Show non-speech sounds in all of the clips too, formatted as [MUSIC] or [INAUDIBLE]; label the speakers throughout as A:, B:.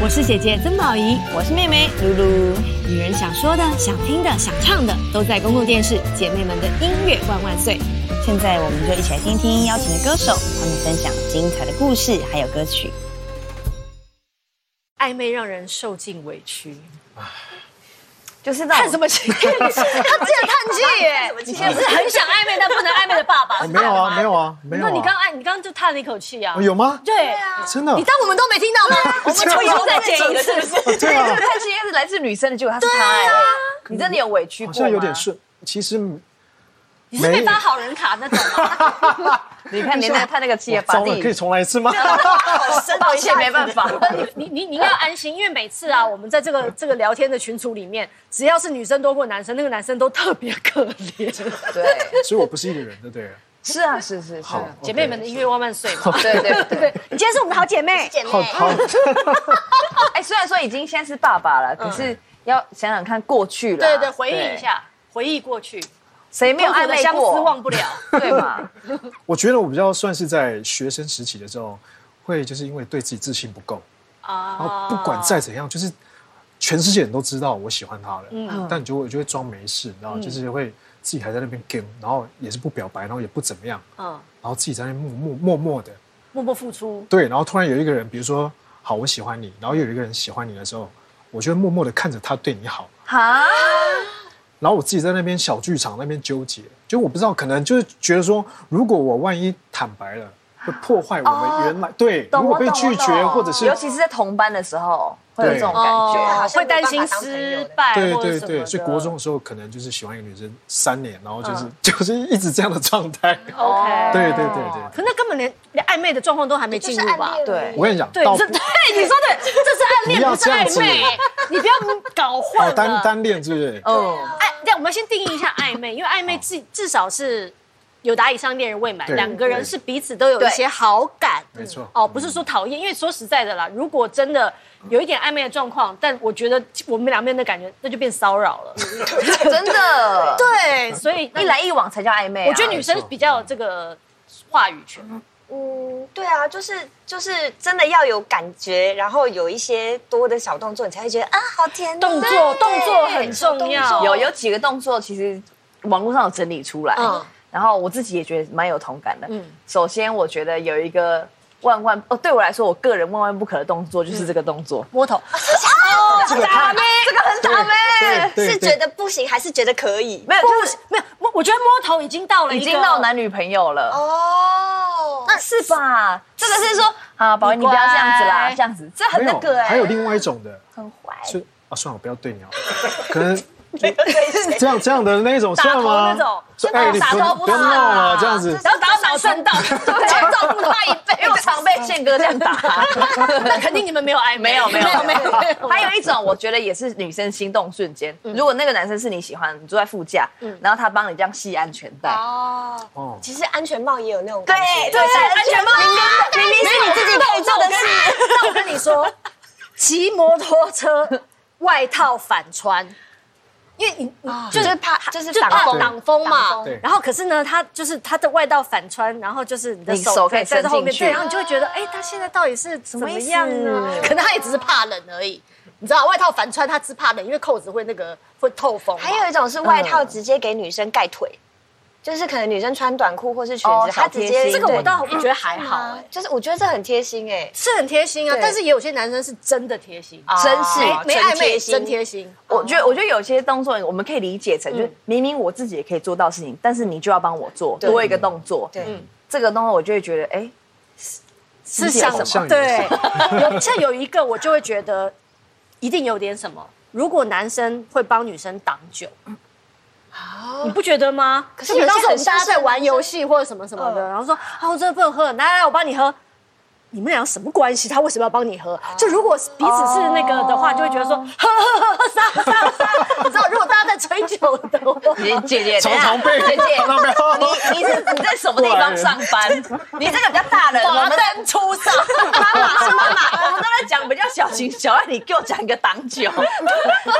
A: 我是姐姐曾宝仪，
B: 我是妹妹露露。
A: 女人想说的、想听的、想唱的，都在公共电视。姐妹们的音乐万万岁！
B: 现在我们就一起来听听邀请的歌手，他们分享精彩的故事还有歌曲。
A: 暧昧让人受尽委屈，
B: 就是
A: 叹什么气？他真的叹气 [LAUGHS] 耶！你现在不是
B: 哎
A: 很想暧昧但不能暧昧的爸爸？
C: 我没有啊，没有啊，没有、
A: 那
C: 啊。
A: 你刚爱，你刚刚就叹了一口气啊
C: 哦？有吗？
A: 对，
B: 啊
C: 真的
A: 你？当我们都没听到
B: [LAUGHS]
A: 吗？我们
C: 这样
A: 就 [LAUGHS] 以后再见一次，
D: [LAUGHS]
A: 是啊不是？
C: 对
D: 这
C: 啊
D: 个，叹气应该是来自女生的，结果他是他哎、你真的有委屈
C: 好
D: 过
C: 像有点
D: 吗
C: 顺。其实
A: 你是被发好人卡那种啊吗？
D: 你看连那叹那个气也把
C: 糟
D: 自
C: 了，可
A: [LAUGHS]
C: 以
D: 己，
C: 重来一次吗？
D: 抱歉没办法。
A: 你你你要安心，因为每次啊，我们在这个这个聊天的群组里面，只要是女生多过男生，那个男生都特别可怜。
D: [LAUGHS] 对，
C: 所以我不是一个人，对不对？
D: 是啊，是是是
C: 好，，
A: 姐妹们的音乐万万岁嘛！
D: 对对对。
A: 你今天是我们的好姐妹，
B: 姐
C: OK 好好，
D: 哎，虽然说已经现在是爸爸了，可是要想想看过去了。
A: 嗯对对，回忆一，下，回忆过去，
D: 谁没有暧昧
A: 相思
D: 过？
A: 忘
C: [LAUGHS]
A: 不了。
D: 对嘛？
C: 我觉得我比较算是在学生时期的时候，会就是因为对自己自信不够，然
A: 啊
C: 后不管再怎样，就是全世界人都知道我喜欢他了，但你就会就会装没事，然后就是会自己还在那边 game，然后也是不表白，然后也不怎么样，
A: 嗯，
C: 然后自己在那边默默默默的，
A: 默默付出，
C: 对，然后突然有一个人，比如说好，我喜欢你，然后又有一个人喜欢你的时候，我就会默默的看着他对你好，
D: 哈，
C: 然后我自己在那边小剧场那边纠结，就我不知道，可能就是觉得说，如果我万一坦白了，会破坏我们原来、对，如
D: 懂
C: 果
D: 我
C: 被
D: 懂
C: 拒
D: 我
C: 绝
D: 懂。
C: 或者是
D: 尤其是在同班的时候，会有这种感觉。
A: 哦会担心失败
C: 对
A: 或者
C: 对
A: 什么
C: 对，
A: 的。
C: 所以国中的时候可能就是喜欢一个女生三年，然后就是、 [LAUGHS] 就是一直这样的状态，
A: OK，
C: 对对对对。
A: 可那根本连连暧昧的状况都还没进入吧？
D: 对
C: 我跟你讲，
A: 对，
C: 到
A: 这对你说的，这是暗
C: 不
A: 恋，
C: 要
A: 不是暧
C: 这
A: 昧
C: 样，
A: 你不要搞混
C: 哦
A: 了。
C: 单单恋是不是？
D: 嗯，
A: 哎，对，我们先定义一下暧昧，因为暧昧至至少是有答以上恋人未满，
C: 对
A: 两个人是彼此都有一些好感，
C: 对没错
A: 哦，不是说讨厌，因为说实在的啦，如果真的有一点暧昧的状况，但我觉得我们两边的感觉，那就变骚扰了。
D: 真的，
A: 对，
E: 嗯
A: 所以
D: 一
A: 一来，
D: 来一往才叫暧昧啊。
A: 我觉得女生比较有这个话语权，
E: 嗯，对啊，就是就是真的要有感觉，然后有一些多的小动作，你才会觉得啊，好甜啊。
A: 动作哦动作很重要，
D: 有有几个动作，其实网络上有整理出来，
A: 嗯
D: 然后我自己也觉得蛮有同感的。
A: 嗯
D: 首先我觉得有一个万万哦，对我来说，我个人万万不可的动作
A: 嗯
D: 就是这个动作，
A: 摸头，
C: 这个太
D: 很倒
C: 对对
E: 是
C: 对
E: 觉得不行还是觉得可以？
D: 没有，就是
A: 没有，摸我觉得摸头已经到了一
D: 已
A: 个，
D: 经到男女朋友了，
E: 哦，
D: 那是吧？这个是说啊，宝仪你不要这样子啦，
A: 乖
D: 这样子这很
C: 没
D: 那
C: 有
D: 个
A: 欸
D: 哎，
C: 还有另外一种的，
D: 很坏，
C: 是啊， [LAUGHS] 算了，我不要对你好了，可
D: [LAUGHS]
C: 能这样这样的那种
A: 打
C: 算吗？
A: 头那种
C: 说
A: 那
D: 啊
C: 哎，
A: 种
C: 你
A: 打
C: 不
A: 头
C: 要
A: 不
C: 不要
A: 是
C: 闹
A: 啦
C: 了，这样子。
A: 然后打到脑震荡，对，[LAUGHS]
D: 啊
A: 要照顾他一辈
D: 因为我常被宪哥这样打。
A: 那肯定你们没有暧昧，
D: 没有没有
A: 没
D: 没
A: 有
D: 有嗯
A: 没有，
D: 还有一种，我觉得也是女生心动瞬间。如果那个男生是你喜欢，你坐在副驾，然后他帮你这样系安全带，
E: 哦，
C: 哦，
E: 其实安全帽也有那种
D: 对
E: 感觉
D: 哎对，安全帽
A: 明明是你自己可以做的事。啊那我跟你说，骑摩托车外套反穿，因为你你
E: 就是怕就是
A: 啊就
E: 挡
A: 怕
E: 风
A: 挡风
E: 挡
A: 嘛
E: 风
C: 对。
A: 然后可是呢，他就是他的外道反穿，然后就是你的
D: 你手可以
A: 在在
D: 伸
A: 后面，
D: 进去
A: 对，然后你就会觉得，哎，他现在到底是怎么
D: 什么意思
A: 样啊呢？可能他也只是怕冷而已。你知道外套反穿，他只怕冷，因为扣子会那个会透风嘛。
E: 还有一种是外
C: 嗯
E: 套直接给女生盖腿，就是可能女生穿短裤或是裙
D: 哦
E: 子，她
D: 好
E: 直
D: 贴
E: 接
D: 心
A: 这个我
E: 对
A: 倒觉得还好、
E: 啊
A: 哎，
E: 就是我觉得这很贴心哎。
A: 是很贴心啊。
E: 对
A: 但是也有些男生是真的贴心，
D: 真是
E: 啊
A: 没
E: 纯
A: 暧昧
E: 贴心
A: 真贴心。
D: 我觉得，我觉得有些动作我们可以理解成，就是明明我自己也可以做到事情，但是你就要帮我做
E: 对
D: 多一个动作。
E: 对
D: 嗯，这个动作我就会觉得，哎，
A: 是想
C: 好
A: 什么？
C: 像
A: 对
C: 也，
A: 有像有一个我就会觉得一定有点什么。如果男生会帮女生挡酒，你不觉得吗？可
E: 是
A: 比
E: 有些
A: 方说我
E: 很
A: 们
E: 绅士的
A: 大家在玩
E: 男生
A: 游戏或者什么什么的，
E: 嗯
A: 然后说啊，我这个不能喝，来来，来我帮你喝。你们俩什么关系？他为什么要帮你喝？就如果彼此是那个的话，就会觉得说喝喝喝喝杀杀杀。你知道，如果大家在吹酒的话，
D: [LAUGHS] 姐姐姐，
C: 常常被
D: 等一下姐姐，
C: 常常被
D: 你你是你在什么地方上班？你这个比较大人，我
A: 华
D: 们
A: 灯初
D: [LAUGHS]
A: 上，
D: 妈妈是妈妈，我们都在讲比较小情小爱，你给我讲一个挡
A: [LAUGHS]
D: 酒，
A: 啊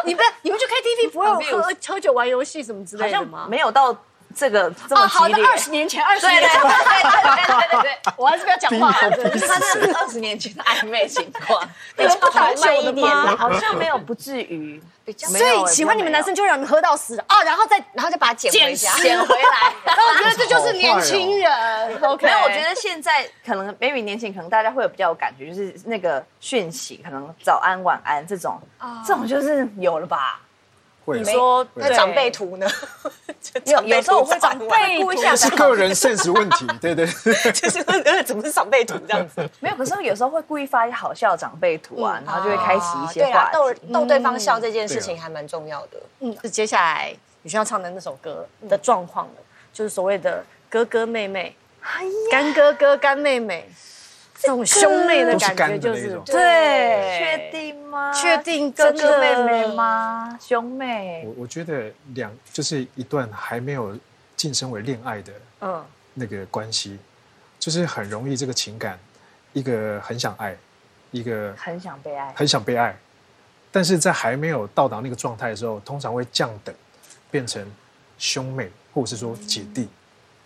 A: 你们你们去 KTV 不会有喝喝酒玩游戏什么之
D: 好
A: 类的
D: 像
A: 吗？
D: 没有到这个这
A: 哦，
D: 么
A: 好
D: 激
A: 的，
D: 烈。
A: 二十年前，二十
D: 对
A: 年
D: 对对
A: 前，
D: [LAUGHS] 对对对对对，
A: 我还是不要讲话啊 [LAUGHS] 好了。
D: 可是他那是二十年前的暧昧情 [LAUGHS] 况，
A: 你们不打
D: 好
A: 酒
D: 慢一
A: 的
D: 点啦， [LAUGHS]
A: 吗？
D: 好像没有不至于，没
A: 所
D: 有
A: 以喜欢你们男生就会让你们喝到死啊，然后再 [LAUGHS]
E: 然后就把它捡回家。
D: 捡回来。
A: 然后我觉得这就是年轻人。OK，
D: 没有，我觉得现在可能 maybe 年轻，可能大家会有比较有感觉，就是那个讯息，可能早安、晚安这种，这种就是有了吧。
C: [LAUGHS] 会啊
D: 你说
C: 会
E: 那
D: 对
E: 长辈图呢？ [LAUGHS] 就
D: 有
E: 长辈
D: 有时候我会
E: 图 [LAUGHS] 照
D: 长辈
E: 完
D: 故意
A: 啊
D: 下
C: 是
D: 载，
C: 个人 sense 问题， [LAUGHS] 对对对。
E: 就是呃，怎么是长辈图这样 [LAUGHS] 子？
D: 没有，可是有时候会故意发一些好笑的长辈图啊，然后就会开启一些
E: 对啦
D: 话，
E: 逗
D: 题。
E: 逗对方笑这件事
C: 对
E: 情
C: 啊
E: 还蛮重要的。
A: 嗯，是接下来女生要唱的那首歌的状况了，就是所谓的哥哥妹妹、
D: 哎
A: 干哥哥、干妹妹，这种兄妹的感觉，就
C: 都是干的那
A: 是
C: 种
A: 对，
D: 哎确定吗？
A: 确定
D: 哥
A: 真的
D: 哥妹妹吗？兄妹？
C: 我我觉得两就是一段还没有晋升为恋爱的
A: 嗯，
C: 那个关系，就是很容易这个情感，一个很想爱，一个
D: 很想被爱。
C: 很想被爱，但是在还没有到达那个状态的时候，通常会降等，变成兄妹或者是说姐弟，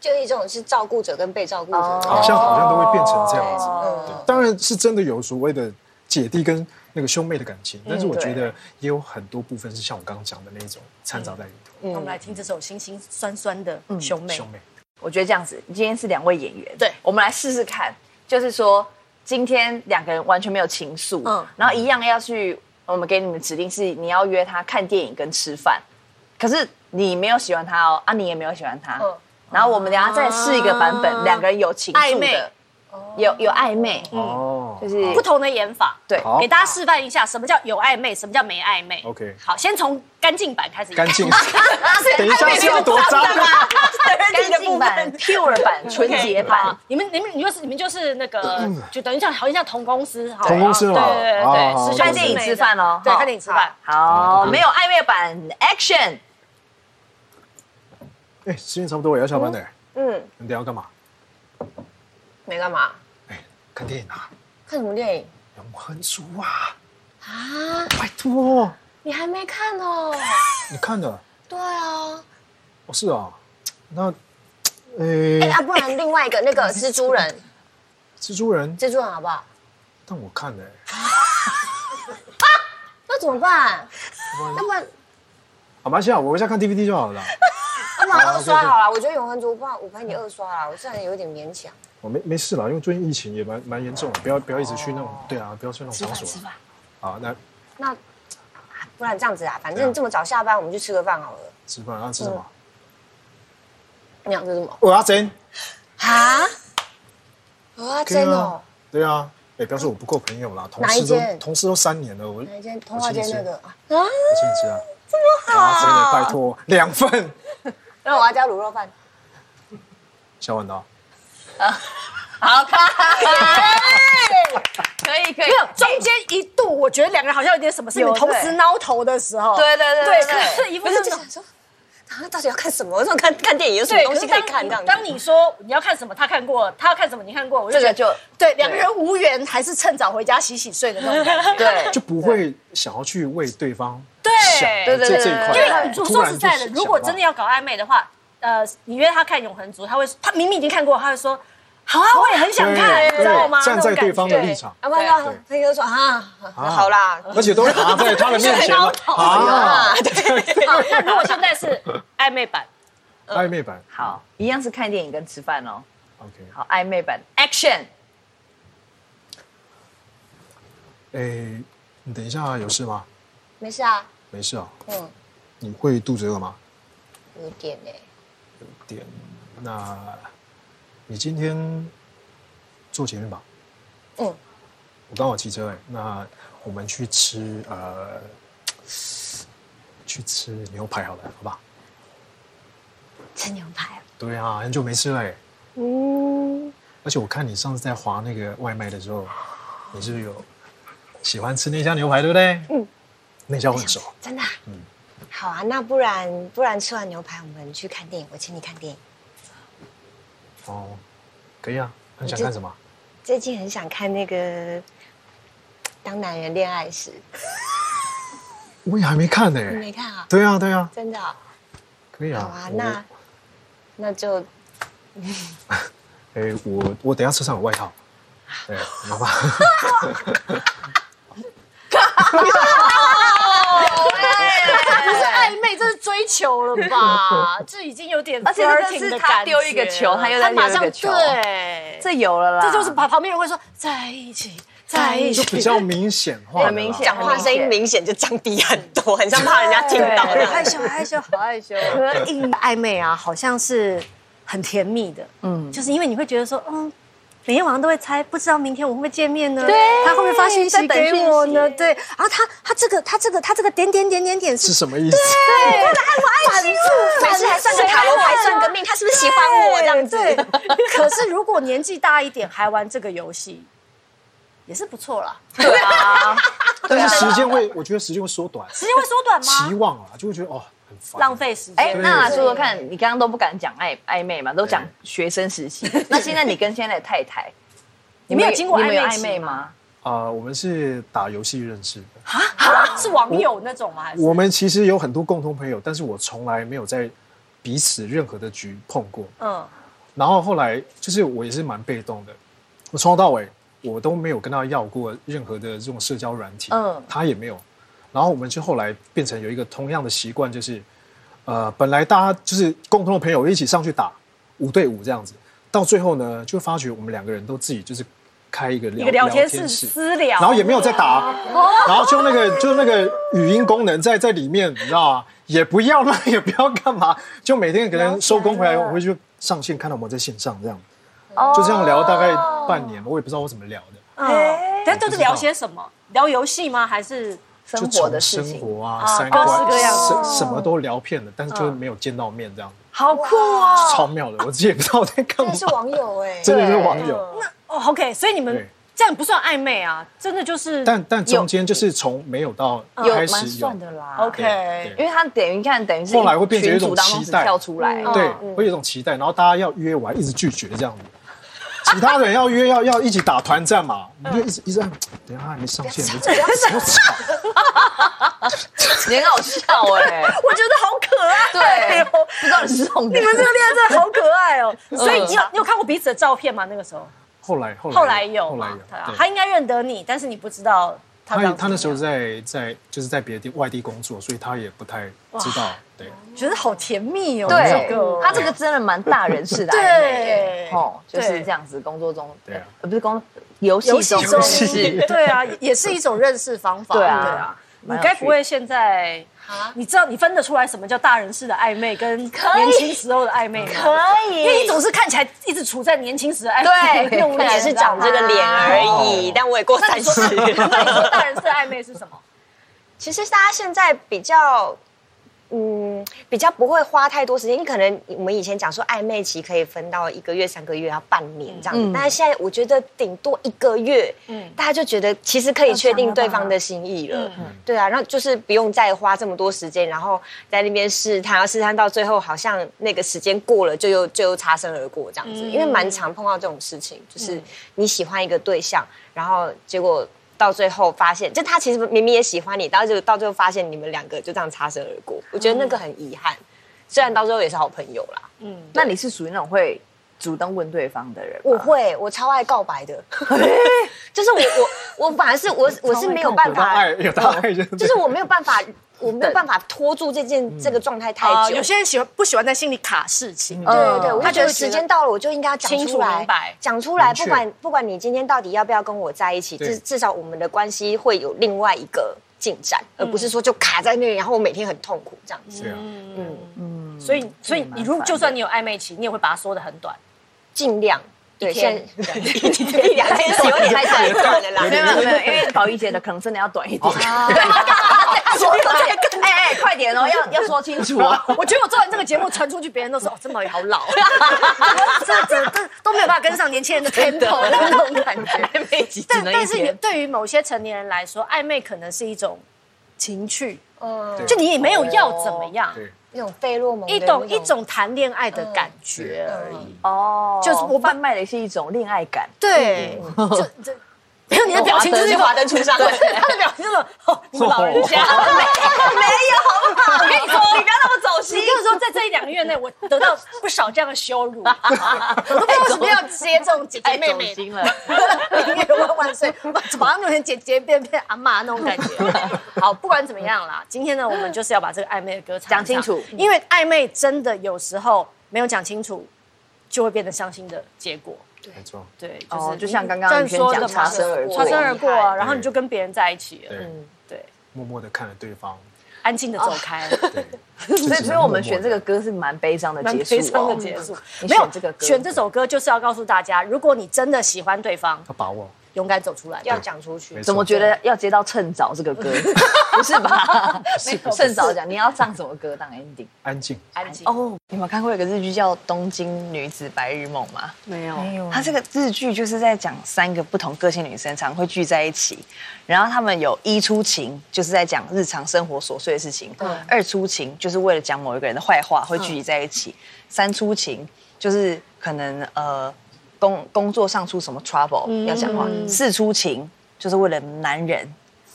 E: 就一种是照顾者跟被照顾者，
C: 好像好像都会变成这样子。
A: 哦
E: 嗯，
C: 当然是真的有所谓的姐弟跟那个兄妹的感情，但是我觉得也有很多部分是像我刚刚讲的那种掺杂在里头。
A: 那我们来听这首清清酸酸的兄嗯妹
C: 兄。妹，
D: 我觉得这样子，今天是两位演员，
A: 对
D: 我们来试试看，就是说今天两个人完全没有情愫，
A: 嗯
D: 嗯，然后一样要去，我们给你们指令是你要约他看电影跟吃饭，可是你没有喜欢他哦，啊，你也没有喜欢他，
E: 嗯
D: 然后我们等一下再试一个版本，
A: 啊
D: 两个人有情愫
A: 暧昧
D: 的，有有暧昧，
C: 哦，
D: 就是
A: 不同的演法，
D: 对
C: 好
A: 给大家示范一下什么叫有暧昧，什么叫没暧昧。
C: OK
A: 好，先从干净版开始演。
C: 干净。等一下是要多脏？
D: 嗯
A: [LAUGHS]
D: 干净版、pure 版、纯洁版
A: 啊。，你们你们你就是你们就是那个，就等于像好像像同公司，好
C: 嗯同公司嘛
A: 对对
C: 好
A: 对
C: 好
A: 对
C: 好
A: 是兄弟姐妹的，
C: 看
D: 电影吃饭哦
A: 对，
D: 好
A: 看电影吃饭。
D: 好，没有暧昧版，Action！
C: [LAUGHS] 哎，时间差不多，我要下班了。
E: 嗯，
C: 你等一下要干嘛？
E: 没干嘛，
C: 哎，看电影啊，
E: 看什么电影？
C: 《永恒族》啊。啊！拜托，
E: 你还没看哦？
C: 你看的
E: 对啊，
C: 哦是啊，那
E: 哎
C: 哎，
E: 啊，不然另外一个那个蜘蛛人，
C: [LAUGHS] 蜘蛛人，
E: 蜘蛛人好不好？
C: 但我看了哎。
E: 那怎么办？要不然，
C: 好，马来西亚，我回家看 DVD 就好了啦。
E: 要不然
C: 好
E: 二刷
C: OK，OK
E: 好了。我觉得《永恒族》不然我陪你二刷啦，我这样有点勉强。
C: 我没没事啦，因为最近疫情也蛮蛮严重的，不要不要一直去那种，
E: 哦
C: 对啊，不要去那种场所啊。好，那
E: 那啊不然这样子啊，反正这么早下班，我们去吃个饭好了。
C: 吃饭啊，吃什么？
E: 嗯
C: 哦
E: 你想吃什么？
C: 我要蒸。
E: 啊？啊，真
C: 对
E: 哦
C: 啊。，对啊，哎，不要说我不够朋友啦，同
E: 哪
C: 事
E: 一
C: 都
E: 间
C: 同事都三年了，我
E: 哪一间？通化街那个啊？
C: 我请你吃啊，这么好，真的拜托两份，
E: 那我要加卤肉饭。
C: 小哦碗刀，
D: 好看， [LAUGHS] 可以可以
A: 哎没，有，中间一度我觉得两个人好像有点什么事情
D: 有
A: 同时
D: 对
A: 挠头的时候，
D: 对哦对对
A: 对，
D: 对
A: 可 [LAUGHS] 是一副
E: 不是，就
A: 那种
E: 想说，他到底要看什么？我想看 [LAUGHS] 看电影，有什么
A: 对，
E: 东
A: 可
E: 西
A: 是
E: 可以
A: 当
E: 看这样
A: 你
E: 子
A: 当你说你要看什么，他看过，他要看什么，你看过，我就
D: 这
A: 觉
D: 个
A: 得
D: 就
A: 对两个人无缘，还是趁早回家洗洗睡的那种感觉。
D: 对
C: 就不会想要去为对方
A: 对
C: 想
A: 对
D: 对
C: 这
D: 对
C: 这一块，
A: 因为说
C: 哦突
A: 说
C: 然
A: 实
C: 就
A: 在的，
C: 想
A: 如果真的要搞暧昧的话，呃，你约他看《永恒族》，他会他明明已经看过，他会说好啊，我也很想看，
C: 对
A: 你知道吗？
C: 站在对方的
A: 那种感觉
C: 立场
E: 要不然就他就说啊，
C: 啊
E: 好啦，
C: 而且都拿在他
A: [LAUGHS]
C: 的面前了啊，
A: 好，哦那如果现在是暧昧版，
C: 暧昧版
D: [LAUGHS] 好，一样是看电影跟吃饭哦。
C: ，OK，
D: 好，暧昧版 Action，
C: 哎，你等一下啊，有事吗？
E: 没事啊，
C: 没事啊，
E: 嗯，
C: 你会肚子饿吗？
E: 有点哎，
C: 点，那你今天坐捷运吧？
E: 嗯，
C: 我刚好骑车哎、那我们去吃呃，去吃牛排好了，好不好？
E: 吃牛排，
C: 对啊，很久没吃了哎、
E: 嗯，
C: 而且我看你上次在划那个外卖的时候，你是不是有喜欢吃那家牛排，对不对？嗯，那家我很熟。
E: 真的，嗯，好啊，那不然不然吃完牛排我们去看电影，我请你看电影。
C: 哦，可以啊，很想看什么？
E: 最近很想看那个《当男人恋爱时
C: 我也还没看呢、》，
E: 你没看啊？
C: 对啊，对啊，
E: 真的啊，
C: 可以
E: 好
C: 啊。
E: 啊，
C: 我
E: 那那就
C: 哎、我我等一下车上有外套，对，你好吧？
A: [LAUGHS] 不是暧昧，这是追求了 [LAUGHS] 吧？这已经有点 flirting
D: 而
A: 的感觉，
D: 且这个是他丢一个球他又再
A: 马上
D: 丢一个球
A: 对，
D: 这有了啦，
A: 这就是把旁边人会说在一起，在一
C: 就
A: 起，
C: 比较明显化，
D: 很明显
E: 讲话声音明显就降低很多，很像怕人家听到
A: 对
E: 那
A: 害
E: 样。
A: 羞害羞。
D: 好害羞哦。
A: 可以暧昧啊，好像是很甜蜜的，嗯，就是因为你会觉得说，嗯。每天晚上都会猜，不知道明天我会不会见面呢？对，他会不会发信息
D: 在等
A: 给
D: 讯息
A: 我呢？对，然后他他这个他这个他这个点点点点点
C: 是
A: 是
C: 什么意思？
E: 每次还算个塔罗牌，算个命，他是不是喜欢我这样子？
A: 对，可是如果年纪大一点还玩这个游戏，也是不错啦。
C: 但是时间会，我觉得时间会缩短，
A: 时间会缩短
C: 期
A: 吗？
C: 望啊，就会觉得哦，很烦，
A: 浪。费时
D: 哎，
A: 间。
D: 那来说说看，你刚刚都不敢讲暧暧昧嘛，都讲学生
A: [LAUGHS]
D: 时期。那现在你跟现在的太太，
A: 你们有经过
D: 你们有
A: 暧昧
D: 暧
A: 期
D: 昧
A: 吗
D: 吗？
C: 啊，我们是打游戏认识的，
A: 啊 [LAUGHS] 是网友那种吗？还是嗯
C: 我们其实有很多共同朋友，但是我从来没有在彼此任何的局碰过。
A: 嗯，
C: 然后后来就是我也是蛮被动的，我从头到尾我都没有跟他要过任何的这种社交软体，
A: 嗯
C: 他也没有。然后我们就后来变成有一个同样的习惯，就是呃，本来大家就是共同的朋友一起上去打五对五这样子，到最后呢，就发觉我们两个人都自己就是开一个
A: 一
C: 聊
A: 个聊天室
C: 天室。
A: 私聊，
C: 然后也没有在打，然后就那个就那个语音功能在在里面，你知道吗？也不要那 [LAUGHS] 也不要干嘛，就每天可能收工回来，我会去上线看到我们在线上这样，就这样聊大概半年，我也不知道我怎么聊的，
A: 嗯，但都是聊些什么？聊游戏吗？还是
C: 就
D: 生活
C: 从
D: 的事
C: 生
D: 情，
C: 活啊、三
A: 各式
C: 观
A: 各样
C: 什什么都聊遍了，但是就是没有见到面这样，
A: 好酷哦！
C: 超妙的，我自己也不知道我在干
E: 真
C: 嘛
E: 的，是网友哎，
C: 真的是网友。
A: 哦，OK，所以你们
C: 对
A: 这样不算暧昧啊，真的就是
C: 但但中间就是从没有到
D: 有
C: 开
D: 蛮
C: 始有
D: 算，的啦。
C: 对
A: 嗯 OK，
D: 因为他等于你看，等于是
C: 后来会变成一
D: 群
C: 种
D: 组当中
C: 期
D: 只
C: 待，
D: 跳出来，
A: 哦
D: 哦
C: 对，会有一种期待，然后大家要约，我还一直拒绝这样子。其他人要约，要要一起打团战嘛，我们就一直一直按，等一下他还没上线，我怎么吵？
D: 你很好笑
A: [LAUGHS]
D: 哎。
A: 我觉得好可爱。哦
D: 对，不知道你是重点。
A: [LAUGHS] 你们这个恋爱真的好可爱哦！
C: 嗯
A: 所以你有你有看过彼此的照片吗？那个时候
C: 后来后来
A: 后来有
C: 后来
A: 嘛
C: 有，
A: 对啊
C: 对
A: 他应该认得你，但是你不知道他
C: 他
A: 当
C: 他那时候
A: 怎么
C: 在在就是在别的地外地工作，所以他也不太知道。对，
A: 样觉得好甜蜜哦，
D: 对
A: 这个，
D: 他这个真的蛮大人式 [LAUGHS] 的暧
A: 对
D: 昧，哦，就是
A: 对
D: 这样子，工作中，
C: 对啊
D: 呃，不是工游戏
A: 游戏
D: 中
A: 中
E: [LAUGHS]
D: [LAUGHS] 是，
A: 对啊，也是一种认识方法，
D: 对啊
A: 你
D: 蛮有趣的
A: 该不会现在
E: 啊
A: 你知道你分得出来什么叫大人式的暧昧跟年轻时候的暧昧吗？
E: 可
A: 因为
E: 以
A: 你总是看起来一直处在年轻时的暧昧，[LAUGHS]
D: 对
A: 那种
E: 我
A: 脸
E: 只是长这个脸而已，但我也过三十。 [LAUGHS]
A: 那你说大人式的暧昧是什么？
E: 其实大家现在比较，嗯，比较不会花太多时间。你可能我们以前讲说暧昧期可以分到一个月、三个月，要半年这样子。但是现在我觉得顶多一个月，嗯，大家就觉得其实可以确定对方的心意了。对啊，然后就是不用再花这么多时间，然后在那边试探，试探到最后好像那个时间过了，就又就又擦身而过这样子。因为蛮常碰到这种事情，就是你喜欢一个对象，然后结果到最后发现，就他其实明明也喜欢你，但是到最后发现你们两个就这样擦身而过，我觉得那个很遗憾。虽然到最后也是好朋友啦，
D: 那你是属于那种会主动问对方的人吗？[LAUGHS]
E: 我会，我超爱告白的，就是我我我本来是我我是没有
C: [LAUGHS]
E: 办
C: 有到
E: 法
C: 爱，有到爱就是
E: 就是我没有办法，我没有办法拖住这件、这个状态太
A: 啊，
E: 久。
A: 有些人喜欢不喜欢在心里卡事情？
D: 嗯
E: 对对，我
A: 他觉
E: 就觉
A: 得
E: 得时间到了，我就应该要讲
A: 清楚
E: 出来
A: 明白，
E: 讲出来。
C: 明确
E: 不管不管你今天到底要不要跟我在一起，
C: 对
E: 至至少我们的关系会有另外一个进展，而不是说就卡在那里，然后我每天很痛苦这样子。
C: 对啊，
A: 所以所以你如果就算你有暧昧期，你也会把它缩得很短。
E: 尽量对，
A: 天
E: 现在一两天是有点太太短了啦。
D: 没有没有没有，因为宝仪姐的可能真的要短一 [LAUGHS] 点。哦对，说短，哎哎，快点哦，要要 [LAUGHS] 说清楚哦。
A: [LAUGHS] 我觉得我做完这个节目传出去，别人都说哦，曾宝仪好
D: [LAUGHS]
A: 老，这这这都没有办法跟上年轻人的 tempo 那种感觉。
D: 暧昧期只
A: 但
D: 能
A: 但
D: 一
A: 是
D: 天。
A: 对于某些成年人来说，暧昧可能是一种情趣，
E: 嗯，
A: 就你也没有要怎么样，
C: 对，
E: 那种费洛蒙的
A: 一
E: 那
A: 种一种谈恋爱的感觉而已。
D: 哦，
A: 就是我
D: 贩卖的是一种恋爱感，
A: 对，就这。没有，你 [LAUGHS] 的表情就是一种
E: 华灯初上，
A: 他的表情就是哦，你们老人 [LAUGHS] 家。
D: 我跟你说，你不要那么走心
A: 你。跟我说，在这一两个月内，我得到不少这样的羞 [LAUGHS] 辱，哎我都不知道为什么要接这种姐姐妹妹
D: 走心了，
A: 哎宁愿万万岁，马上就能姐姐变变阿妈那种感觉。 [LAUGHS] 好，不管怎么样啦，今天呢，我们就是要把这个暧昧的歌唱
D: 讲清
A: 上
D: 楚
A: 因为暧昧真的有时候没有讲清楚，就会变成伤心的结果。
C: 没错，
A: 对，就是、
D: 哦就像刚刚
A: 你说的
D: 你
A: 嘛
D: 讲擦身而过
A: 擦身而过啊，
E: 厉害
A: 然后你就
D: 嗯
A: 跟别人在一起了，
C: 对，
A: 对，
C: 默默的看着对方，
A: 安静的走
D: 啊
A: 开。
C: 对，
D: 所以，所以我们选这
C: 个
D: 个歌是蛮悲伤的
A: 蛮
D: 结束、哦，
A: 悲伤的结束。
D: 你
A: 没有
D: 选这个歌
A: 选这首歌就是要告诉大家，如果你真的喜欢对方，
C: 要把握，
A: 勇敢走出来。
E: 要讲出去
C: 没。
D: 怎么觉得要接到趁早这个 [LAUGHS] 歌？不是吧？趁早讲，你要唱什么歌当 ending？
C: 安静，
A: 安静。
D: 哦，你们有看过一个日剧叫《东京女子白日梦》吗？
A: 没有
D: 它这个日剧就是在讲三个不同个性女生常会聚在一起，然后她们有一出情，就是在讲日常生活琐碎的事情；二出情就是为了讲某一个人的坏话会聚集在一
A: 嗯
D: 起；三出情就是可能呃工工作上出什么
A: 嗯
D: trouble 要讲话；四出情就是为了男人。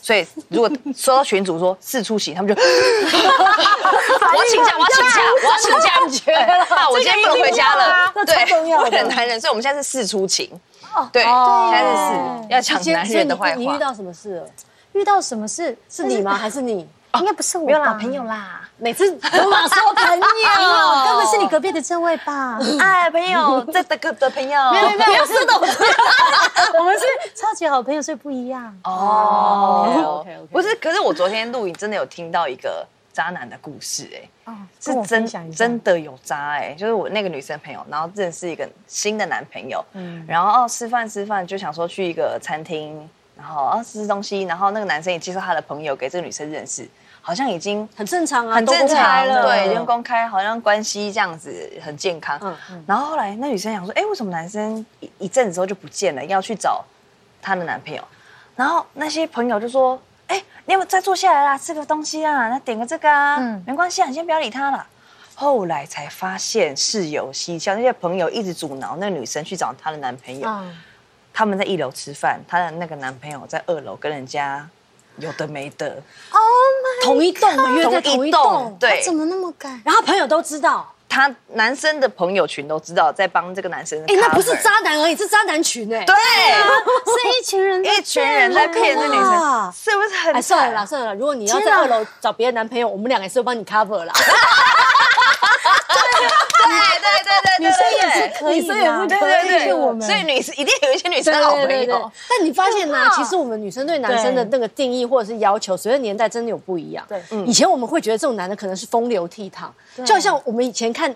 D: 所以，如果收到群主说四出情，他们
A: [LAUGHS]
D: 就我要请假，我要请假，我要请假，你觉得？ [LAUGHS] 那我今天不能回家了，
A: 这个一定要啊这超重要
D: 对，
A: 的
D: 为了男人，所以我们现在是四出情，哦对，
A: 哦
D: 现在是四要抢男人的坏
A: 你遇
D: 话。
A: 到什么事了？遇到什么事？是你吗？还是你？
F: 哦
E: 应该不是我吧，
A: 没有啦，朋友啦。每次都老说朋
D: [LAUGHS] 哦
A: 友，
F: 哦
A: 根本是你隔壁的这位吧？
F: 啊
D: 哎， [LAUGHS] 朋友，这的个的朋友，
A: 没有没有，没有是的，
F: 我们是超级好朋友，所以不一样。
D: 哦
F: OK，OK，OK
D: 不是，可是我昨天录影真的有听到一个渣男的故事，哎，
F: 哦，
D: 是
F: 跟我分享
D: 真
F: 一下
D: 真的有渣哎、就是我那个女生朋友，然后认识一个新的男朋友，
F: 嗯
D: 然后哦吃饭吃饭就想说去一个餐厅，然后哦吃吃东西，然后那个男生也介绍他的朋友给这个女生认识，好像已经
A: 很正常啊，
D: 很
A: 都
D: 正
A: 公开
D: 常，
A: 了
D: 对，已经公开，好像关系这样子很健康。
A: 嗯
D: 然后后来那女生想说，哎、为什么男生一一阵子之后就不见了，要去找她的男朋友？然后那些朋友就说，哎、你有没有再坐下来啦，吃个东西啊，那点个这个啊，
A: 嗯
D: 没关系啊，你先不要理他了。后来才发现事有蹊跷，那些朋友一直阻挠那女生去找她的男朋
A: 嗯
D: 友。
F: 哦
D: 他们在一楼吃饭，她的那个男朋友在二楼跟人家有的没的，
A: 同一栋，我们约在同一栋，
D: 对，
F: Oh 怎么那么敢？
A: 然后朋友都知道。
D: 他男生的朋友群都知道在帮这个男生。
A: 哎，那不是，渣男而已，是渣男群哎。
D: 对，
F: 啊是一群
D: [LAUGHS]
F: 人在
D: 一群人在骗那女
A: 哇
D: 生，是不是很
A: 哎，
F: 啊
D: 惨？
A: 算了啦，算了啦。如果你要在二楼找别的男朋友，我们两个也是会帮你 [LAUGHS] cover 啦。
D: 对对对对对，女生也是
F: 可以
A: 女生也是
F: 啦
D: 对
A: 可以
D: 对对，
F: 我们
D: 所以女生一定有一些女生
A: [LAUGHS]
D: 好朋友，。
A: 但你发现呢、其实我们女生对男生的那个定义或者是要求，随着年代真的有不一样。对，以前我们会觉得这种男的可能是风流倜傥，就好像我们以前看。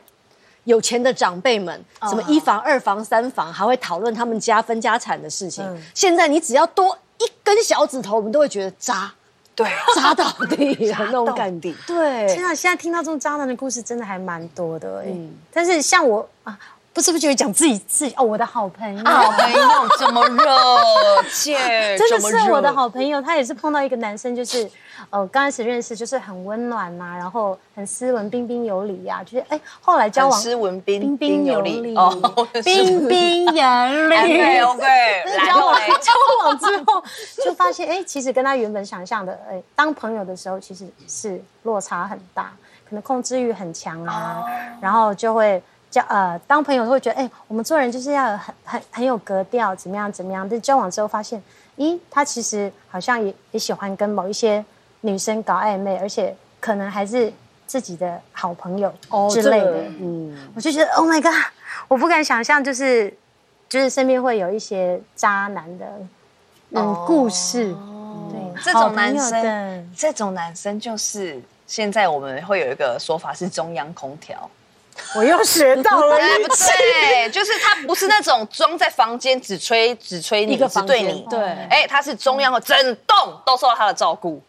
A: 有钱的长辈们，什么一房、二房、三房，还会讨论他们家分家产的事情。现在你只要多一根小指头，我们都会觉得渣，
D: 对，
A: [LAUGHS] 渣到底的那种感觉。对
F: 天，啊，现在听到这种渣男的故事，真的还蛮多的哎、
D: 嗯
F: 但是像我啊，不知不觉讲自己自己哦，我的好朋友。
D: 啊好朋友这么热切，
F: [LAUGHS] 真
D: 这
F: 的
D: 么
F: 是
D: 热
F: 我的好朋友，他也是碰到一个男生，就是，呃，刚开始认识就是很温暖呐、然后很斯文、彬彬有礼呀、就是哎，后来交
D: 很
F: 往
D: 斯文彬
F: 彬彬有礼
D: 礼哦， [LAUGHS]
F: 彬彬有
D: OK
F: 礼，
D: OK，来
F: [LAUGHS] 交
D: 喽
F: 往交往之后，就发现哎、其实跟他原本想象的，哎、当朋友的时候，其实是落差很大，可能控制欲很强啊，然后就会交呃，当朋友会觉得，哎、我们做人就是要很很很有格调，怎么样怎么样。但交往之后发现，咦，他其实好像也也喜欢跟某一些女生搞暧昧，而且可能还是自己的好朋友之类的，
A: 嗯，
F: 我就觉得 Oh my god，我不敢想象，就是就是身边会有一些渣男的嗯、故事，对，
D: 哦嗯这种男
F: 好朋友的
D: 生，这种男生就是现在我们会有一个说法是中央空调，
F: 我又学到了。
D: 对不对？就是他不是那种装在房间只吹只吹你，
A: 一个
D: 只
A: 房
D: 对
A: 间
D: 你，
A: 对
D: 哎，他是中央的整栋都受到他的照顾。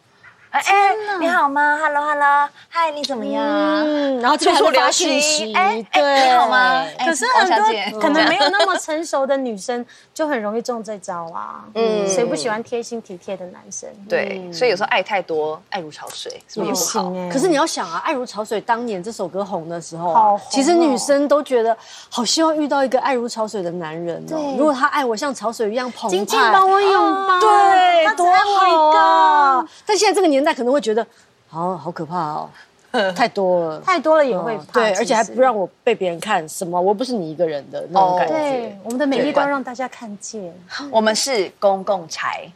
D: 哎哎，你好吗？Hello Hello，嗨，你怎么样？
A: 嗯，然后就说聊讯息，
D: 哎
A: 对，
D: 你好吗？
F: 可是
D: 王
F: 很
D: 小姐
F: 多可能没有那么成熟的女生，就很容易中这招啊。嗯，谁不喜欢贴心体贴的男生？
D: 对，所以有时候爱太多，爱如潮水，是不是也
F: 不
D: 不好？
F: 行哎。
A: 可是你要想啊，《爱如潮水》当年这首歌红的时候啊、
F: 好红哦
A: 其实女生都觉得好希望遇到一个爱如潮水的男人哦。
F: 对
A: 如果他爱我像潮水一样澎湃，啊
F: 紧紧把我拥抱，
A: 对，
F: 他只
A: 多
F: 爱我一
A: 好
F: 个
A: 啊！但现在这个年代可能会觉得，好好可怕
F: [LAUGHS]
A: 哦，太多了，
F: 太多了也会
A: 哦
F: 怕，
A: 对，
F: 其实
A: 而且还不让我被别人看什么，我不是你一个人的那种
D: 哦
A: 感觉。
F: 对我们的美丽都要让大家看见。
D: 我们是公共财，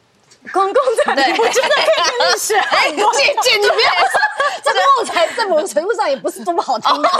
A: 公共财，
D: 对哎
A: 我觉得变成是爱国。姐姐，你不要说，这公共财在某种程度上也不是多么好听
D: 哦哦，不
A: 的。
D: 是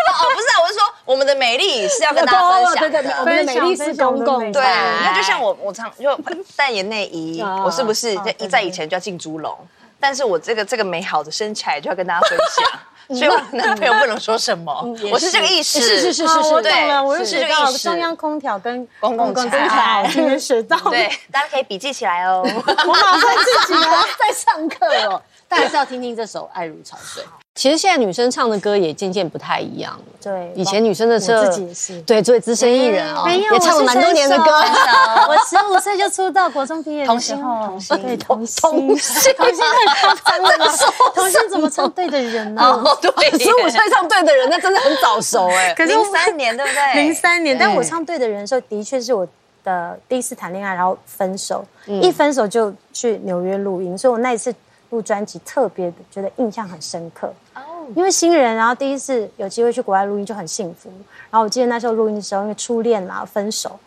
D: 啊，我是说我们的美丽是要跟大家分享
A: 哦对对，我
D: 的。
A: 们的美丽是公共
D: 对，
A: 财
D: 那就像我，我常就代言内衣，
A: 啊
D: 我是不是在在以前就要进猪笼？但是我这个这个美好的身材就要跟大家分享，所以我男朋友不能说什么
A: 也，
D: 我是这个意识，
A: 是是是是
F: 啊，我
A: 是，
F: 懂了，
D: 哦对
F: 我就是学
D: 这
F: 到
D: 个意
F: 了
D: 思
F: 中央空调跟
D: 公共
F: 公
D: 财
F: 财，
D: [LAUGHS]
F: 今天学到了， [LAUGHS]
D: 对，大家可以笔记起来哦。
A: 我马上自己
F: 啊
A: 来
D: [LAUGHS]
A: 在上课哦。但还是要听听这首《爱如潮水》。其实现在女生唱的歌也渐渐不太一样了。
F: 对
A: 以前女生的
F: 我
A: 歌，
F: 自己也是
A: 对，作为资深艺人啊，
F: 没有，
A: 也唱了蛮多年的歌。
F: 我是新手。我十五岁就出道，国中毕业的时候，
D: 童星
F: 对童星，童星 [LAUGHS] 太夸
A: [LAUGHS]
F: 张了，童星怎么唱对的人呢？
D: 哦，对，
A: 十五岁唱对的人，那真的很早熟哎。
F: 可是
D: 零三年对不对？
F: 零三年，但我唱对的人的时候，的确是我的第一次谈恋爱，然后分手，
A: 嗯
F: 一分手就去纽约录音，所以我那一次录专辑特别的觉得印象很深刻。
A: 哦
F: 因为新人，然后第一次有机会去国外录音就很幸福。然后我记得那时候录音的时候，因为初恋嘛分手，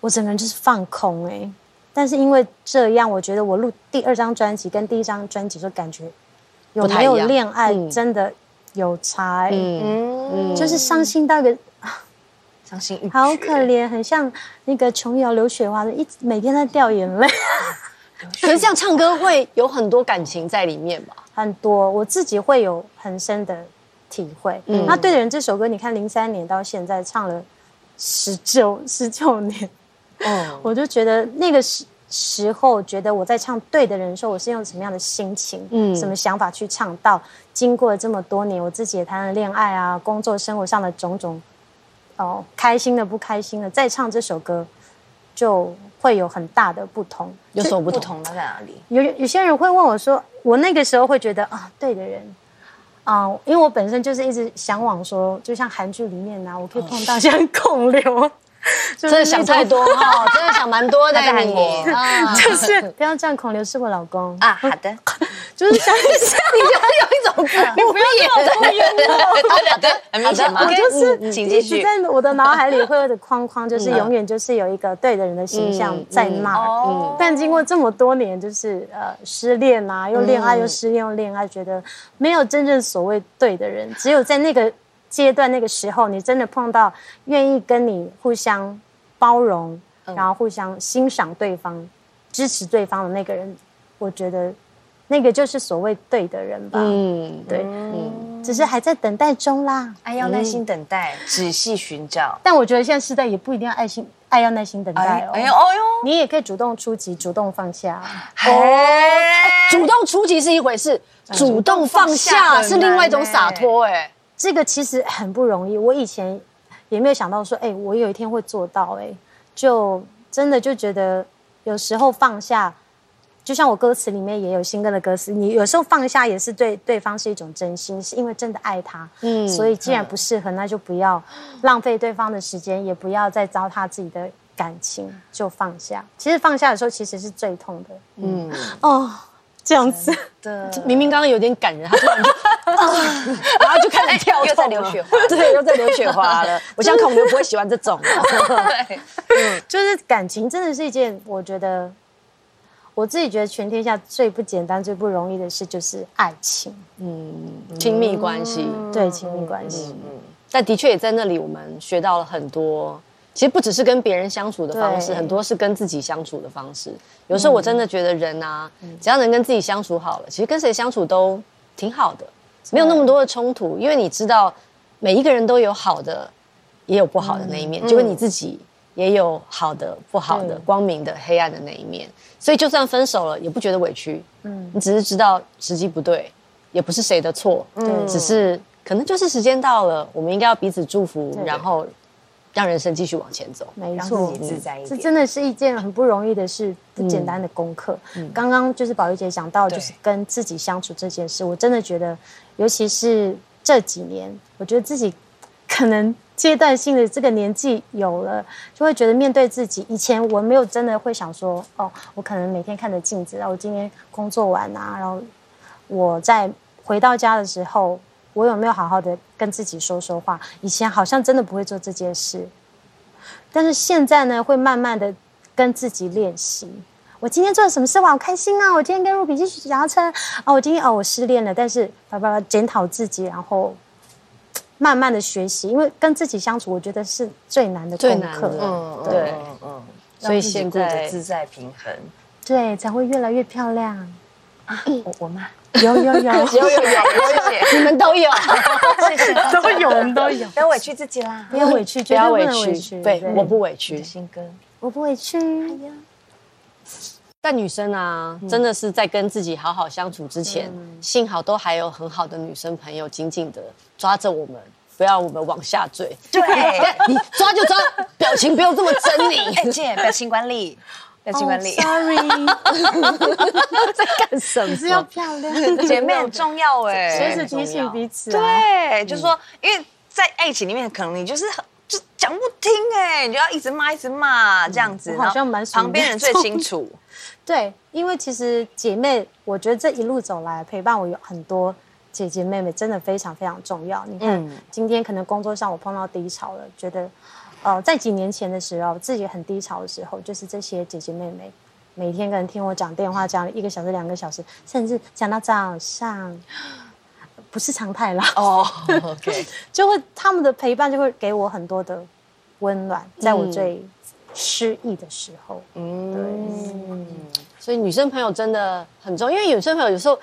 F: 我整个人就是放空哎、但是因为这样，我觉得我录第二张专辑跟第一张专辑就感觉有
A: 不太
F: 没
A: 一样
F: 有恋爱
A: 嗯
F: 真的有差、欸，
A: 嗯，
F: 就是伤心到一个
D: 伤心欲
F: 好可怜，很像那个琼瑶刘雪华的，一直每天在掉眼泪，
A: 可是这样唱歌会有很多感情在里面吧？
F: 很多我自己会有很深的体会。那对的人这首歌，你看零三年到现在唱了十九 [LAUGHS] 十九年，
A: 嗯，
F: 我就觉得那个时时候，觉得我在唱对的人的时候，我是用什么样的心情，
A: 嗯
F: 嗯，什么想法去唱到。经过了这么多年，我自己也谈了恋爱啊，工作生活上的种种，哦，开心的不开心的，再唱这首歌，就会有很大的不同。
A: 有什么不
D: 不
A: 同？
D: 同的在哪里？
F: 有有些人会问我说，我那个时候会觉得啊，对的人。啊、因为我本身就是一直向往说，就像韩剧里面啊，我可以碰到像孔刘，
A: [LAUGHS] 真
F: 真
A: 的哦想太多哈，真的想蛮多的。
D: 在韩国
A: 你
F: [LAUGHS]
A: 啊，
F: 就是不要这样，孔刘是我老公
D: 啊，好的，
F: 就是想想
A: 你
F: [LAUGHS]
A: 就有一种不要
D: 好的，很明显吗？
F: 我就是
D: 嗯请
F: 一
D: 继
F: 直
D: 续。
F: 在我的脑海里会有的框框，就是永远就是有一个对的人的形象
A: 嗯
F: 在那儿。
D: 哦
F: 但经过这么多年，就是呃失恋啊，又恋爱又失恋又恋爱，觉得没有真正所谓对的人，只有在那个阶段那个时候，你真的碰到愿意跟你互相包容，然后互相欣赏对方、支持对方的那个人，我觉得那个就是所谓对的人吧。
A: 嗯，
F: 对，只是还在等待中啦。
D: 哎，要耐心等待，仔细寻找。
F: 但我觉得现在时代也不一定要爱心，爱要耐心等待哦。
D: 哎呦，哦呦，
F: 你也可以主动出击，主动放下。
D: 哎，
A: 主动出击是一回事，主动放下是另外一种洒脱。哎，
F: 这个其实很不容易，我以前也没有想到说，哎、我有一天会做到、哎，就真的就觉得有时候放下，就像我歌词里面也有新歌的歌词，你有时候放下也是对对方是一种真心，是因为真的爱他，嗯，所以既然不适合，那就不要浪费对方的时间，也不要再糟蹋自己的感情，就放下。其实放下的时候其实是最痛的，嗯，哦，这样子。
A: 明明刚刚有点感人，他突然就， [LAUGHS] 啊然后就开始跳，
D: 又在流血花，
A: [LAUGHS] 对，又在流雪花
D: [LAUGHS]
A: 了。我相信我们不会喜欢这种。啊
D: 对，
F: 就是感情真的是一件，我觉得我自己觉得全天下最不简单、最不容易的事就是爱情，
A: 嗯亲密关系，
F: 对亲密关系。
A: 但的确也在那里，我们学到了很多。其实不只是跟别人相处的方式，
F: 对
A: 很多是跟自己相处的方式。有时候我真的觉得人啊，只要能跟自己相处好了，其实跟谁相处都挺好的，没有那么多的冲突，因为你知道每一个人都有好的，也有不好的那一面，就跟你自己。也有好的、不好的、光明的、黑暗的那一面。所以就算分手了，也不觉得委屈。嗯，你只是知道时机不对，也不是谁的错。嗯，只是可能就是时间到了，我们应该要彼此祝福，然后让人生继续往前走。
F: 没
E: 让
F: 错
E: 自，己自在一
F: 这
E: 点。嗯
F: 真的是一件很不容易的事，不简单的功课。刚刚就是宝玉姐讲到，就是跟自己相处这件事，我真的觉得，尤其是这几年，我觉得自己可能阶段性的这个年纪有了，就会觉得面对自己。以前我没有真的会想说，哦，我可能每天看着镜子，然后我今天工作完啊，然后我在回到家的时候，我有没有好好的跟自己说说话？以前好像真的不会做这件事，但是现在呢，会慢慢的跟自己练习。我今天做了什么事哇，好开心啊！我今天跟 Ruby 去骑脚踏车哦，我今天哦我失恋了，但是叭叭叭检讨自己，然后嘖慢慢的学习，因为跟自己相处，我觉得是最难的
A: 最
F: 功
A: 难
F: 课，
A: 的
E: 嗯，
A: [LAUGHS]
F: 对
E: 对，
D: 嗯嗯，
A: 所以
D: 让自己
A: 现
D: 过着
A: 在
D: 自在平
A: [LAUGHS]
D: 衡。
F: 对，才会越来越漂亮。
D: 我我妈，
F: 有有有，
E: 有有有，谢
A: [LAUGHS]
E: 谢。
A: 你们都有，
D: 谢谢，
F: 都有，我们都有，
D: 不要委屈自己啦。
F: 不要委屈，
A: 不
F: 绝对
A: 要
F: 不
A: 委
F: 能委
A: 屈。
F: 屈。
A: 对，我不委屈。
D: 新歌，
F: 我不委屈。
A: 但女生啊，真的是在跟自己好好相处之前，幸好都还有很好的女生朋友紧紧的抓着我们，不要我们往下坠。
D: 对，
A: 你抓 [LAUGHS] 就抓，表情不用这么狰狞。[LAUGHS]
D: 哎姐，表情管理，
A: 哦
D: 表情管理，
F: Sorry，
A: 在干什么？
F: 你是要漂亮，
D: [LAUGHS] 姐妹很重要
A: [LAUGHS]
D: 哎，
F: 随时提醒彼此啊。
D: 对，
A: 嗯
D: 就说，因为在爱情里面，可能你就是很就讲不听哎，你就要一直骂，一直骂这样
A: 嗯
D: 子，
F: 我好像
D: 然后
F: 蛮属于
D: 旁边人最
A: [LAUGHS]
D: 清楚，
F: 对，因为其实姐妹，我觉得这一路走来陪伴我有很多姐姐妹妹，真的非常非常重要。你
D: 嗯
F: 看，
A: 嗯
F: 今天可能工作上我碰到低潮了，觉得，呃，在几年前的时候，自己很低潮的时候，就是这些姐姐妹妹。每天可能听我讲电话，讲一个小时、两个小时，甚至讲到早上，不是常态啦。 [LAUGHS]
D: 哦，OK，
F: 就会他们的陪伴就会给我很多的温暖，在
D: 嗯
F: 我最失意的时候，
A: 所以女生朋友真的很重要，因为女生朋友有时 [LAUGHS] 候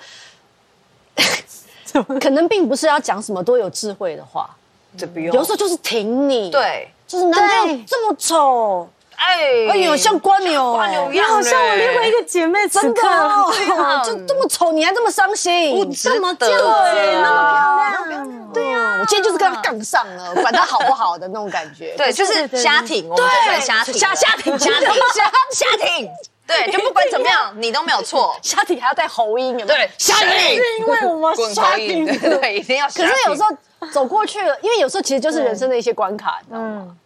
A: 可能并不是要讲什么多有智慧的话，
D: 这不
A: 有的
D: 用
A: 时，候就是挺你，，
D: 对，
A: 就是男朋友这么丑，
D: 哎，
A: 哎呦，像瓜牛，
D: 挂牛一样，
F: 好像我另外一个姐妹啊此
A: 真
F: 刻，
A: 的哦，
D: 样
A: 就 [LAUGHS] 这么丑，你还这么伤心，
D: 不值得，
A: 啊
F: 那么
D: 亮。
F: 漂亮，
A: 对啊，我今天就是跟他杠上了，管他好不好的那种感 [LAUGHS] 觉。
D: 对，就是瞎挺，我们就算瞎挺了，
A: 瞎瞎
D: [LAUGHS]
A: 挺
D: 瞎挺，瞎瞎挺，对，就不管怎么
A: [LAUGHS]
D: 样，你都没有错，
A: 虾体还要带喉音，有没有？
D: 对，瞎挺，
F: 因为我
D: 滚
F: 刷
D: 可以，对对，一定要瞎
A: 可
D: 挺。
A: 是有时候走过去了，因为有时候其实就是人生的一些关卡，你知道吗？
F: 嗯，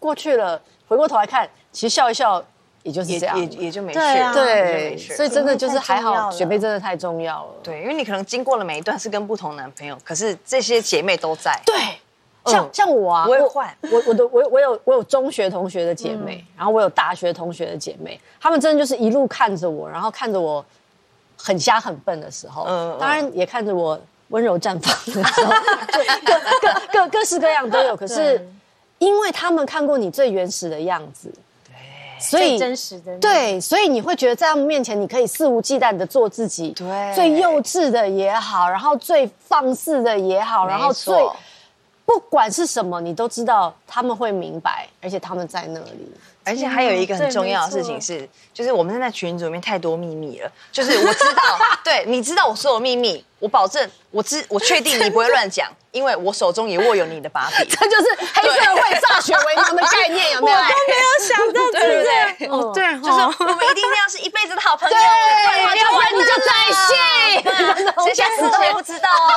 A: 过去了，回过头来看，其实笑一笑也就是
D: 也
A: 这样
D: 也。也就没事，
F: 对啊
D: 也就
A: 对，
D: 没事
A: 所以真的就是还
F: 太重要
A: 好，
F: 了
A: 学妹真的太重要了。
D: 对，因为你可能经过了每一段是跟不同男朋友，可是这些姐妹都在，
A: 对，像像我啊，
D: 不会换
A: 我我的我有我有我有中学同学的姐妹，然后我有大学同学的姐妹，她们真的就是一路看着我，然后看着我很瞎很笨的时候，
D: 嗯嗯
A: 当然也看着我温柔绽放的时候，就各各各各式各样都有。可是因为她们看过你最原始的样子，对，所以
F: 最真实的，，
A: 对，所以你会觉得在他们面前，你可以肆无忌惮的做自己，
D: 对
A: 最幼稚的也好，然后最放肆的也好，然后
D: 没
A: 最
D: 错
A: 不管是什么，你都知道他们会明白，而且他们在那里。 [LAUGHS]
D: 而且还有
A: 嗯
D: 一个很重要的事情是，就是我们现在群组里面太多秘密了，就是我知
A: [LAUGHS]
D: 道，对你知道我所有秘密，我保证，我知我确定你不会
A: [LAUGHS]
D: 乱讲，因为我手中也握有你的把柄。
A: 这就是黑社会歃血为盟的概念，有没有？
D: 有想到对不对？
F: 哦，对，
D: 就是
A: [LAUGHS]
D: 我们一定要是一辈子的好朋友，
A: 对，要不然哎你就在
D: 在
A: 线。
D: 谁下死都不知道哦，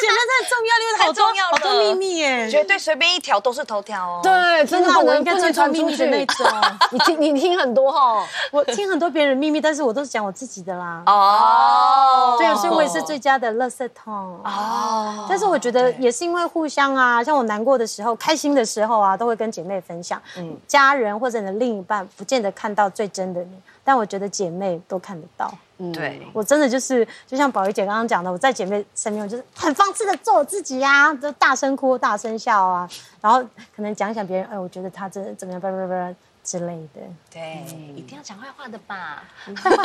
F: 姐妹太重要了，因为好
D: 太
F: 多
D: 重要了
F: 好多秘密耶。
D: 绝对随便一条都是头条哦。
A: 对，真的
F: 那
A: 不
F: 我
A: 能
F: 应该
A: 不
F: 最
A: 能
F: 传
A: 传
F: 秘
A: 出
F: 密的那
A: 去。
F: 种，
A: [LAUGHS] 你听你听很多哈，
F: 我听很多别人的秘密，但是我都是讲我自己的啦。
D: 哦，
F: 对啊，所以我也是最佳的垃圾桶。
D: 哦，
F: 但是我觉得也是因为互相啊，像我难过的时候、开心的时候啊，都会跟姐妹分享。嗯，家人或者你的另一半不见得看到最真的你，但我觉得姐妹都看得到。
D: 对。
F: 我真的就是，就像宝仪姐刚刚讲的，我在姐妹身边，我就是很放肆的做我自己呀、啊，就大声哭、大声笑啊，然后可能讲一讲别人，哎，我觉得她真的怎么样，叭叭叭叭，之类的。
B: 对，一定要讲坏话的
A: [LAUGHS]
B: 吧？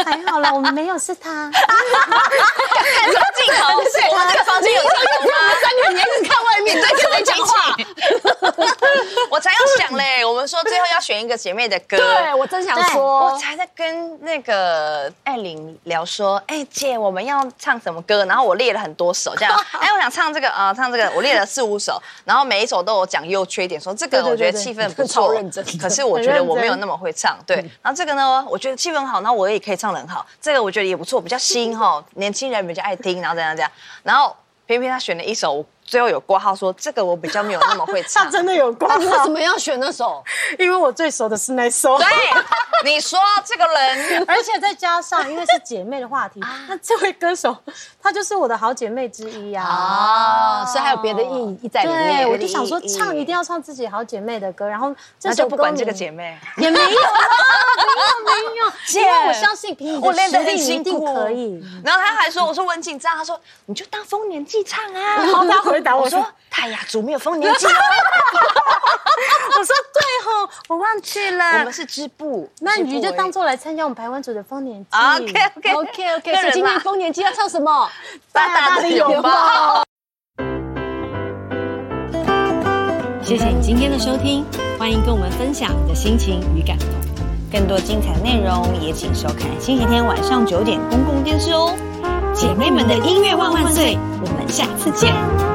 F: 还好啦，我们没有是 [LAUGHS] 他，
B: 看什么镜头？对，我们这个房间有镜头吗？
A: 三个人一直看外面，在跟谁讲话？
D: [LAUGHS] 我才要想嘞，我们说最后要选一个姐妹的歌，
A: 对我真想
D: 我
A: 说，
D: 才在跟那个艾琳聊说，哎、姐，我们要唱什么歌？然后我列了很多首，这
A: [LAUGHS]
D: 样，哎、我想唱这个啊、呃唱这个，我列了四五首，然后每一首都有讲优缺点，说这个
A: 对对
D: 我觉得
A: 对
D: 气氛不
A: [LAUGHS] 超
D: 错
A: 认真，嗯
D: 可是我觉得我没有那么会唱，对。然后这个呢，我觉得气氛好，然后我也可以唱的很好，这个我觉得也不错，比较
A: [LAUGHS]
D: 新哈，年轻人比较爱听，然后怎样怎样，然后偏偏他选了一首，我最后有挂号说这个我比较没有那么会
A: [LAUGHS]
D: 唱
F: 他，真的有光
A: 你为什么要选那首？
F: 因为我最熟的是那首。
D: 对，你说这个
A: [LAUGHS]
D: 人。
F: 而且再加上，因为是姐妹的话题，那这位歌手她就是我的好姐妹之一啊。
A: 啊，所以还有别的意义在里面。
F: 哦对，我
A: 就
F: 就想说，唱一定要唱自己好姐妹的歌，然后这
D: 那就
F: 首
D: 不
F: 歌
D: 管这个
F: 名
D: 姐妹，
F: 也没有啦，没有没有， [LAUGHS] 姐，因为我相信凭你
D: 我
F: 的
D: 练得
F: 实
D: 很
F: 力，你
D: 辛
F: 一
D: 苦哦
F: 定可以。
D: 然后他还说：“我说我很紧张。”他说：“你就当丰年祭唱啊。”
F: 然后他回
D: [LAUGHS]
F: 答
D: 我
F: 我说
D: 说：“泰雅族没有丰年祭，
F: 我说对吼，我忘记
D: [LAUGHS] 我
F: 了
D: 们。是织布。”
F: 那你就当做来参加我们啊台湾组的丰年祭。
D: OK OK
A: OK
D: 个
A: OK，所以
D: 人
A: 今
D: 啦
A: 年丰年祭要唱什
F: [LAUGHS]
A: 么？
D: 大大的拥抱。
B: 谢谢你今天的收听，欢迎跟我们分享你的心情与感动。更多精彩内容也请收看星期天晚上九点公共电视哦。姐妹们的音乐万万岁，我们下次见。